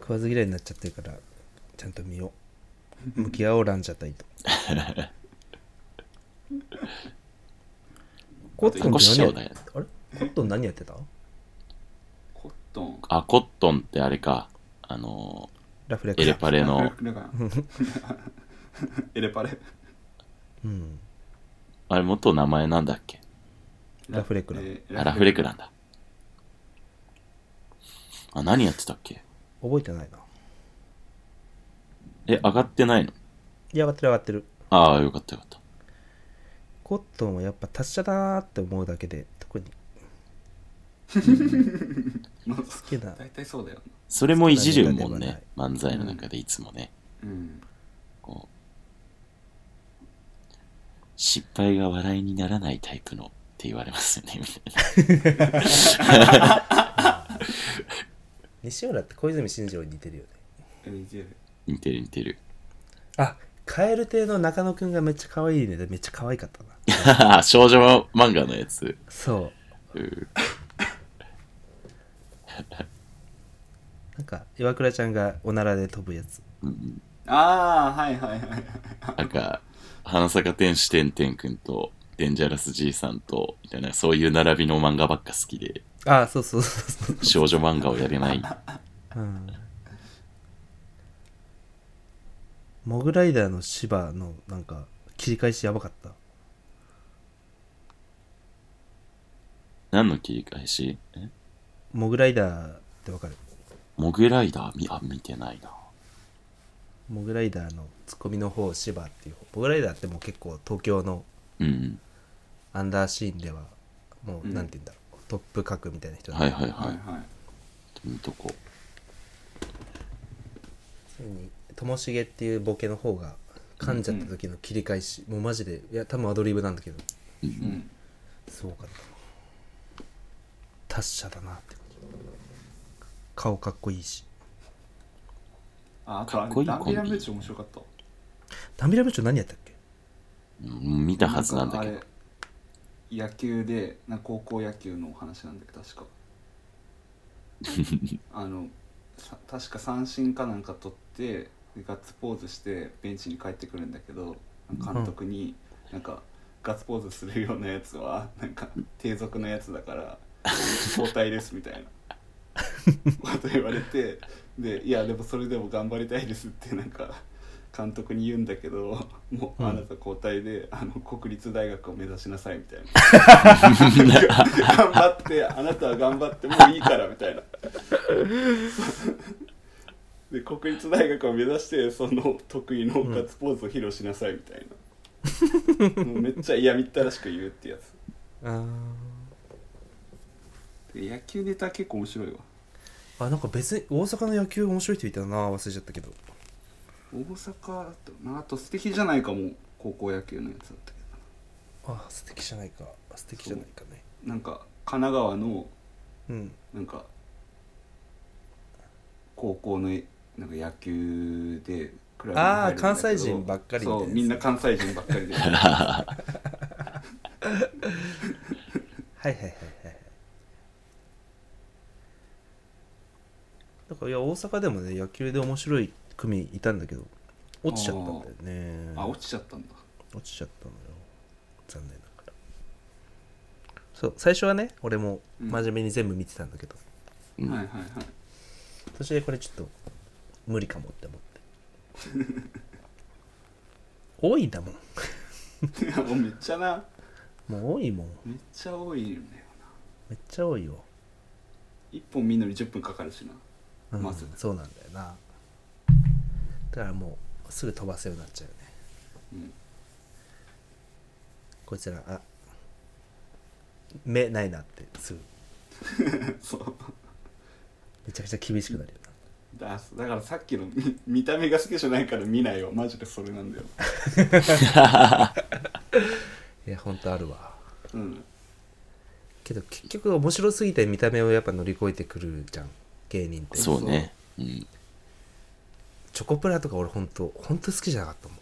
S3: 食わず嫌いになっちゃってるからちゃんと見よう向き合おうランジャタイとコットンって何
S2: あと
S3: や
S2: 一個師匠だよね
S3: あれコットン何やってた
S4: コットン
S2: あ、コットンってあれか。あの
S3: ラフレ
S2: ー、
S3: ク
S2: エ
S3: シ
S2: レ
S3: ョン
S2: パレの、
S4: だから エレパレ
S3: うん
S2: あれ元名前なんだっけ
S3: ラフレクラ
S4: えー
S2: あラフレクなんだ。あ、何やってたっけ
S3: 覚えてないな
S2: え、上がってないの
S3: いや上がってる上がってる
S2: ああ、よかったよかった。
S3: コットンはやっぱ達者だなーって思うだけで特に
S4: まあ
S3: 好きな
S4: 大体そうだよな
S2: それもいじるも
S3: そ
S2: ん
S3: うだね
S2: ね。漫才の中でいつもね。
S4: うん
S2: こう、失敗が笑いにならないタイプのって言われますよね、みたいな。
S3: 西浦って小泉進次郎に似てるよね
S4: えいける
S2: 似てる似てる。
S3: あカエル亭の中野くんがめっちゃ可愛いねでめっちゃ可愛かったな
S2: 少女漫画のやつ。
S3: そう
S2: うん
S3: なんか岩倉ちゃんがおならで飛ぶやつ
S4: ああはいはいはいはい
S2: なんか、花坂天使てんてんくんと、デンジャラス爺さんと、みたいな、そういう並びの漫画ばっか好きで、
S3: あそうそうそうそ
S2: 少女漫画をやれない。
S3: う、うん、モグライダーの芝のなんか切り返しやばかった
S2: 何の切り返しえ
S3: モグライダーってわかる
S2: モグライダーみあ、見てないな。
S3: モグライダーのツッコミの方芝っていう方モグライダーってもう結構東京の
S2: うん。
S3: アンダーシーンではもうなんて言うんだろう、トップ格みたいな人だ
S2: はいはい
S4: はい
S2: は
S4: はい
S2: い。見とこ
S3: それにともしげっていうボケの方が噛んじゃった時の切り返し、もうマジでいや多分アドリブなんだけど
S4: うん
S3: すごかった達者だなって顔かっこいいし
S4: ああと
S2: か
S4: あ
S2: っこ
S4: れ
S2: いい
S4: ダンビラ
S2: コンビ
S4: ムーチ面白かった
S3: ダンビラ部長何やったっけ
S2: う。うん見たはずなんだけど
S4: か。 あれ野球でなんか高校野球のお話なんだけど確かあのさ確か三振かなんか取ってガッツポーズしてベンチに帰ってくるんだけど監督になんか、ガッツポーズするようなやつはなんか低俗なやつだから交代ですみたいなこと言われてでいやでもそれでも頑張りたいですってなんか監督に言うんだけどもう
S3: うん
S4: あなた交代で、あの国立大学を目指しなさいみたいな。頑張ってあなたは頑張ってもういいからみたいなで国立大学を目指してその得意のガッツポーズを披露しなさいみたいな、もうめっちゃ嫌みったらしく言うってやつ
S3: あ
S4: で野球ネタ結構面白いわ
S3: ーあなんか別に大阪の野球面白い人いたな忘れちゃったけど
S4: 大阪だとなあと素敵じゃないかも高校野球のやつだったけ
S3: あ素敵じゃないか素敵じゃないかね
S4: どなんか神奈川の
S3: うん
S4: なんか高校のなんか野球でクラブに入るんだけど
S3: あー関西人ばっかりみたいな
S4: そ
S3: やつ
S4: うみんな関西人ばっか りで
S3: はいはいはいはいはいだからいや大阪でもね野球で面白い組いたんだけど落ちちゃったんだよね
S4: あ落ちちゃったんだ
S3: 落ちちゃったのよ残念ながらそう最初はね俺も
S4: うん
S3: 真面目に全部見てたんだけど、
S2: うん
S4: はいはいはい
S3: 途中でこれちょっと無理かもって思って 多いんだもん
S4: い やもうめっちゃな
S3: もう多いもん
S4: めっちゃ多いよね
S3: めっちゃ多いよ、
S4: 一本見るのに10分かかるしな
S3: うん
S4: まず
S3: そうなんだよなだからもうすぐ飛ばせようになっちゃうよね
S4: うん
S3: こいつらあ目ないなってすぐ
S4: そう
S3: めちゃくちゃ厳しくなるよな
S4: だだからさっきのみ見た目が好きじゃないから見ないよマジでそれなんだよ
S3: いやほんとあるわ
S4: うん
S3: けど結局面白すぎて見た目をやっぱ乗り越えてくるじゃん芸人って
S2: そうね。うん。
S3: チョコプラとか俺ほんとほんと好きじゃなかったもん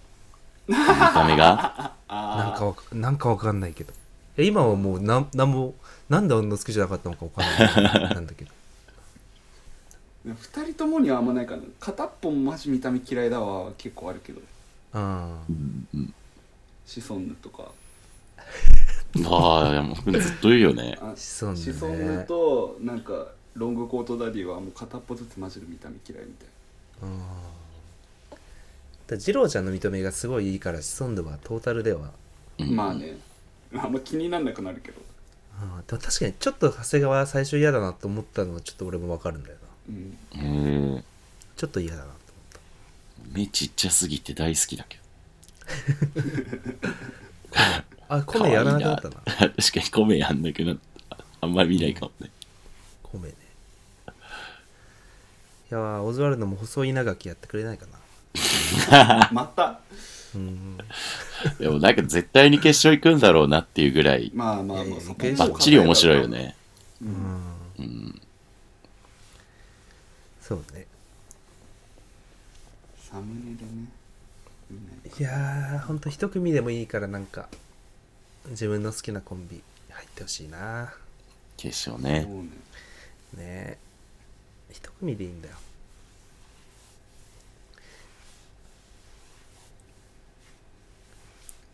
S2: 見た目が
S3: なんかわかなんかわかんないけどいや今はもうなんなんもなんであんな好きじゃなかったのかわかん ないなんだけど
S4: 2人ともにはあんまないからな片っぽもマジ見た目嫌いだわ結構あるけど
S3: ああ
S4: シソンヌとか
S2: ああ、山本君ずっと言うよね。
S4: あ
S3: シソンヌね
S4: シソンヌとなんかロングコートダディはもう片っぽずつマジで見た目嫌いみたい
S3: うんだ二郎ちゃんの認めがすごいいいからシソンヌはトータルでは
S2: うん
S4: まあねあんま気になんなくなるけど
S3: あーでも確かにちょっと長谷川最初嫌だなと思ったのはちょっと俺もわかるんだよな
S4: うん
S2: うん。
S3: ちょっと嫌だなと思った
S2: 目ちっちゃすぎて大好きだけど。
S3: あ米やらなくなったな
S2: 可愛い 確かに米やんなくなった。あんまり見ないかもね。
S3: 米ねいやーオズワルドも細い稲垣やってくれないかな
S4: また
S3: うん
S2: でもなんか絶対に決勝行くんだろうなっていうぐらい、
S4: まあまあ
S3: いやい
S4: まあ
S3: や
S4: そ
S3: い
S4: こ
S3: や
S2: ばっちり面白いよね。
S4: うん
S2: うん。
S3: そうね
S4: サムネでね見ない
S3: いやーほんと一組でもいいからなんか自分の好きなコンビ入ってほしいな
S2: 決勝
S4: そ
S2: ね。
S4: うね
S3: ねえ一組でいいんだよ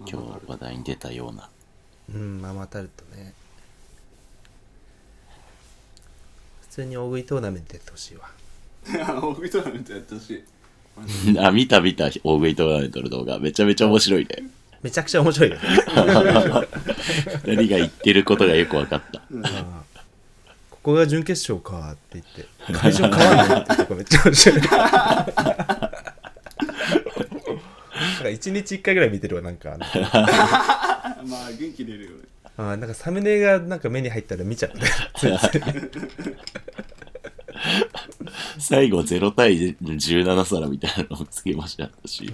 S4: まあ
S2: 今
S4: ま
S2: 日
S4: あ
S2: 話題に出たような。
S3: うんママタルトね普通に大食いトーナメントやってほしいわ
S4: いや大食いトーナメントやってほしい
S2: あ、見た見た、大食いトーナメントの動画。めちゃめちゃ面白いね。
S3: めちゃくちゃ面白いよね
S2: 二人が言ってることがよく分かった。
S3: あーここが準決勝かって言って会場変わんないってとこめっちゃ面白いなんか一日一回ぐらい見てるわなんかあの
S4: あまあ元気出るよね
S3: あーなんかサムネがなんか目に入ったら見ちゃうねついつい
S2: 最後0対17皿みたいなのをつけましたし、
S3: いい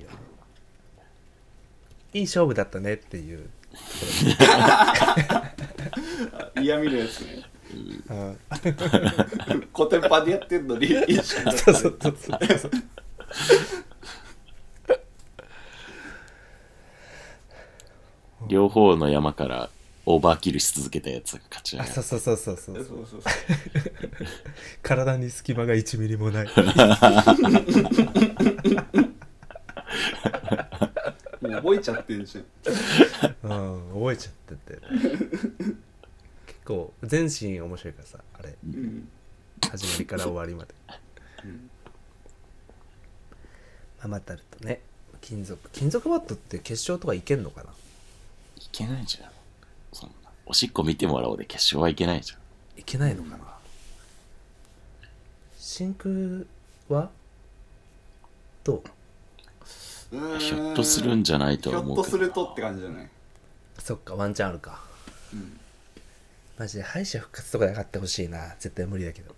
S3: よいい勝負だったねっていう
S4: あ嫌味のやつね
S3: あー
S4: コテンパンでやってんのにいいじゃん
S3: そうそうそうそうそう
S2: 両方の山からオーバーキルし続けたやつが勝ち上
S3: あ
S2: が
S3: そう
S2: る。
S3: そうそうそうそう
S4: そう
S3: そう
S4: そうそう
S3: 体に隙間が1ミリもない
S4: もう覚えちゃってんじゃん
S3: うん覚えちゃってて結構全身面白いからさあれ
S4: うん
S3: 始まりから終わりまで
S4: うん
S3: ママタルトね金属金属バットって決勝とかいけんのかない
S2: けないじゃん。そんな。おしっこ見てもらおうで決勝はいけないじゃん。
S3: いけないのかな真空はどう
S2: ひょっとするんじゃないと
S4: ひ
S2: は
S4: ょっ
S2: 思う
S4: と
S2: け
S4: す
S2: ど
S4: るとって感じじゃない
S3: そっかワンチャンあるか
S4: うん
S3: マジで敗者復活とかで上がってほしいな絶対無理だけど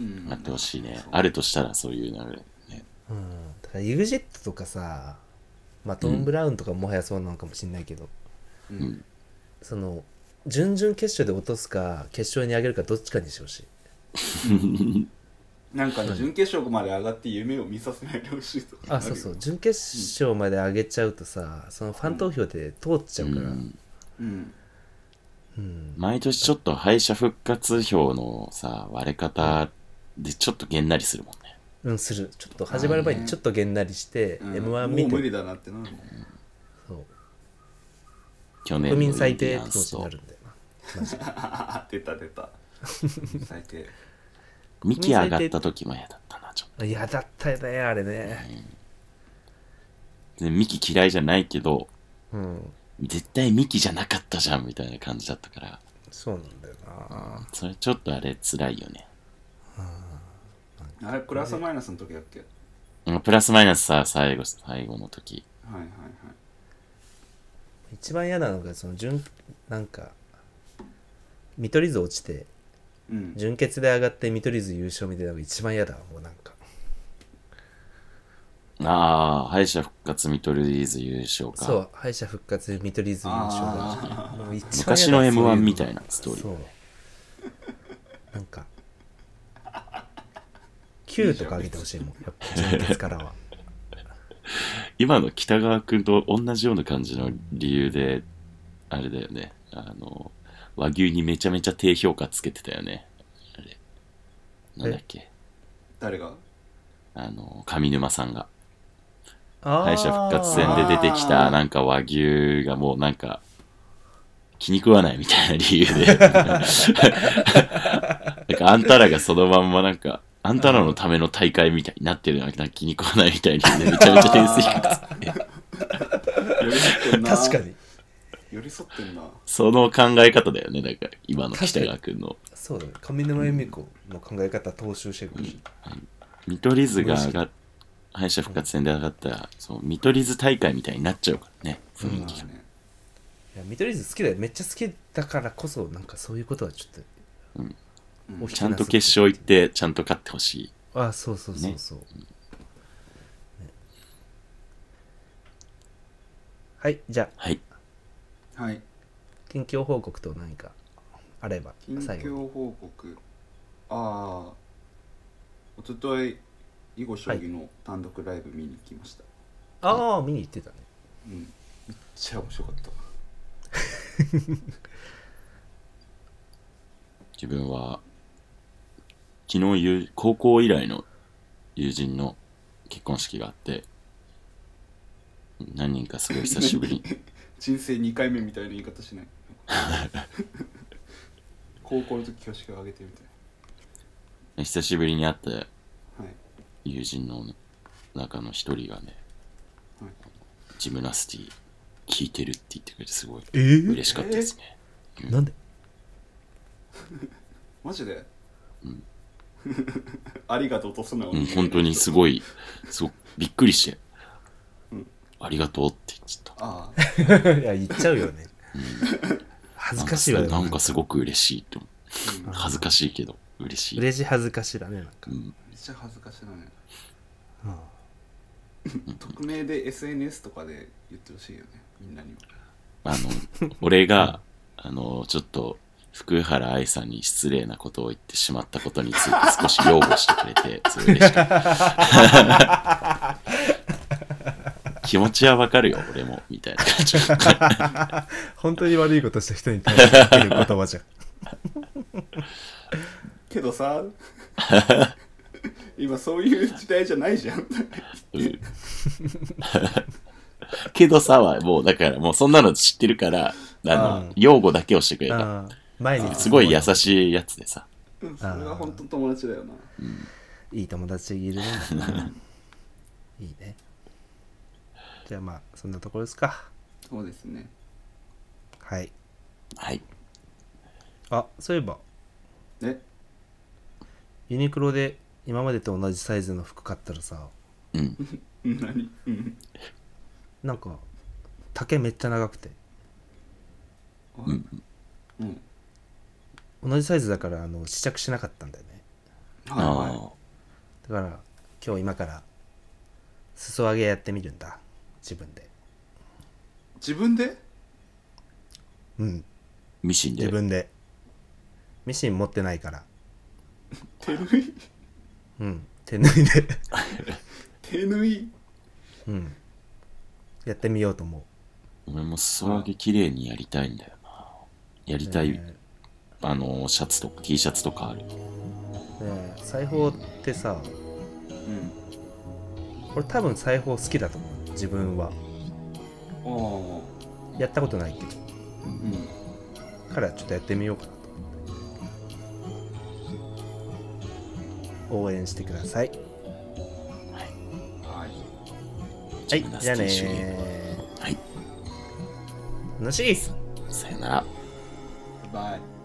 S4: うん
S2: なってほしいね。あるとしたらそういう流れ、ね。
S3: うんだから EXIT とかさまあトム・ブラウンとかもはやそうなのかもしれないけど、
S4: う
S2: うんん。
S3: その準々決勝で落とすか決勝に上げるかどっちかにしてほしい
S4: なんかね準決勝まで上がって夢を見させないでほしいとか
S3: あそうそう準決勝まで上げちゃうとさそのファン投票で通っちゃうから、
S2: うん
S4: うん
S3: うん
S2: 毎年ちょっと敗者復活票のさ、割れ方でちょっとげんなりするもんね。
S3: うん、するちょっと始まる前にちょっとげんなりして、
S4: うん
S3: m 1
S4: も
S3: 見
S4: う無理
S3: て
S4: だなってなるもん
S3: そう
S2: 去年
S3: 国
S2: のイン
S3: 民
S2: デ
S3: 最低
S2: ィア
S3: って
S2: ン
S3: 気持
S2: ス
S3: ちにな
S2: と
S3: るんだよな
S4: あ出た出た最低
S2: ミキ上がった時も嫌だったな、ちょっ
S3: あ嫌だったよねあれね
S2: と。でミキ嫌いじゃないけど、
S3: うん
S2: 絶対ミキじゃなかったじゃんみたいな感じだったから、
S3: そうなんだよな
S2: それちょっとあれ辛いよね。
S4: あれクラスマイナスの時だっけ
S2: うんプラスマイナスさ、最後、最後の時。
S4: はいはいはい
S3: 一番嫌なのがその準なんか見取り図落ちて
S4: うん
S3: 準決で上がって見取り図優勝みたいなのが一番嫌だわもうなんか
S2: ああ、敗者復活見取り図優勝か。
S3: そう敗者復活見取り図優勝だもう一番
S2: 昔
S3: 嫌だ
S2: の M1
S3: そういう
S2: みたいなストーリー
S3: そうなんか9とか上げてほしいもんやっぱ準決からは
S2: 今の北川君と同じような感じの理由で、あれだよね。あの、和牛にめちゃめちゃ低評価つけてたよね。あれ。なんだっけ。
S4: 誰が
S2: あの、上沼さんが。
S3: 敗
S2: 敗者復活戦で出てき
S4: あー
S2: たなんか和牛がもうなんか気に食わないみたいな理由でなんかあんたらがそのまんまなんかあんたらのための大会みたいになってるのになんか気に食わないみたいにねめちゃめちゃ点数低くつけて
S4: 寄り添ってんな
S3: 確かに
S4: 寄り添ってんな
S2: その考え方だよねなんか今の北川君の
S3: そうだね上沼恵美子の考え方踏襲してるかもしれない
S2: 見取り図が上がっ敗者復活戦で上がったらそう見取り図大会みたいになっちゃうからね雰囲
S4: ま
S2: 気
S4: あ
S2: が、
S4: ね
S3: いや見取り図好きだよめっちゃ好きだからこそなんかそういうことはちょっ
S2: うん
S3: とお引きな
S2: ちゃん
S3: さって
S2: と決勝行ってちゃんと勝ってほしい
S3: あそうそうそうそう、ねはいじゃあ
S2: はい
S4: はい
S3: 近況報告と何かあれば
S4: 近
S3: 最後に
S4: 況報告ああおととい囲碁将棋の単独ライブ見に来ました、
S3: ああ見に行ってたね
S4: うんめっちゃ面白かった
S2: 自分は、昨日友、高校以来の友人の結婚式があって、何人かすごい久しぶりに。
S4: 人生2回目みたいな言い方しない高校の時挙式を挙げてみた い
S2: 久しぶりに会った
S4: なはい
S2: 友人の中の一人がね、
S4: はい
S2: ジムナスティ聞いてるって言ってくれてすごい
S3: え
S2: 嬉しかったですね。
S3: なん で
S4: マジで、
S2: うん
S4: ありがとうと素直
S2: うん、本当にす
S4: い
S2: ごい、すごいびっくりして
S4: うん、
S2: ありがとうって言っちゃった。
S4: あ
S3: いや言っちゃうよね恥ずかしいわ
S2: なんかすなん
S3: ね
S2: かすごく嬉しいと思う。
S4: あ、うんめっ
S2: 恥ずかしいけど、嬉しい。
S3: 嬉しい恥ずかしいだねなんか、
S2: うん
S4: ちゃ恥ずかしいなね
S3: うん
S4: 匿名で SNS とかで言ってほしいよねみんなには
S2: あの、俺が、あの、ちょっと、福原愛さんに失礼なことを言ってしまったことについて少し擁護してくれて、それ嬉しかった。気持ちはわかるよ、俺も、みたいな感じ。
S3: 本当に悪いことした人に対してかける言 葉じゃん。
S4: け どさ今そういう時代じゃないじゃん
S2: うんけどさは、もうだから、もうそんなの知ってるから、あの、
S3: うん
S2: 用語だけをしてくれた。
S3: ああ前に
S2: すごい優
S3: い。
S2: しいやつでさ。
S4: うんそれは本当友達だよない
S3: い友達い るもんだな。いいね。じゃあまあ、そんなところですか。
S4: そうですね
S3: はい。
S2: はい。
S3: あ、そういえば、
S4: え
S3: ユニクロで今までと同じサイズの服買ったらさ、
S2: うん。
S4: うん何うん
S3: なんか、丈めっちゃ長くて。
S2: うん
S4: うん
S3: 同じサイズだから、あの、試着しなかったんだよね。
S4: はい
S2: あ
S4: は
S2: あ
S3: だから、今日今から、裾上げやってみるんだ。自分で。
S4: い自分で
S3: うん、
S2: ミシンで
S3: 自。分で。ミシン持ってないから。
S4: 手縫い
S3: うん、手縫いで。
S4: 手縫い
S3: うん。やってみようと思う。
S2: 俺も裾上げ綺麗にやりたいんだよな。やりたい、
S3: ね
S2: あの、シャツとか T シャツとかある。
S3: えねえ裁縫ってさ、
S4: うん
S3: 俺多分裁縫好きだと思う。自分は。
S4: あ
S3: やったことないけど。
S4: あうん
S3: からちょっとやってみようかなと思って。応援してください。
S4: はい
S2: 自
S3: は
S2: 分の
S3: い、
S2: 好き
S3: じゃあね
S2: 主義はい。
S3: ー。楽しいっす
S2: さよなら。
S4: バイバイ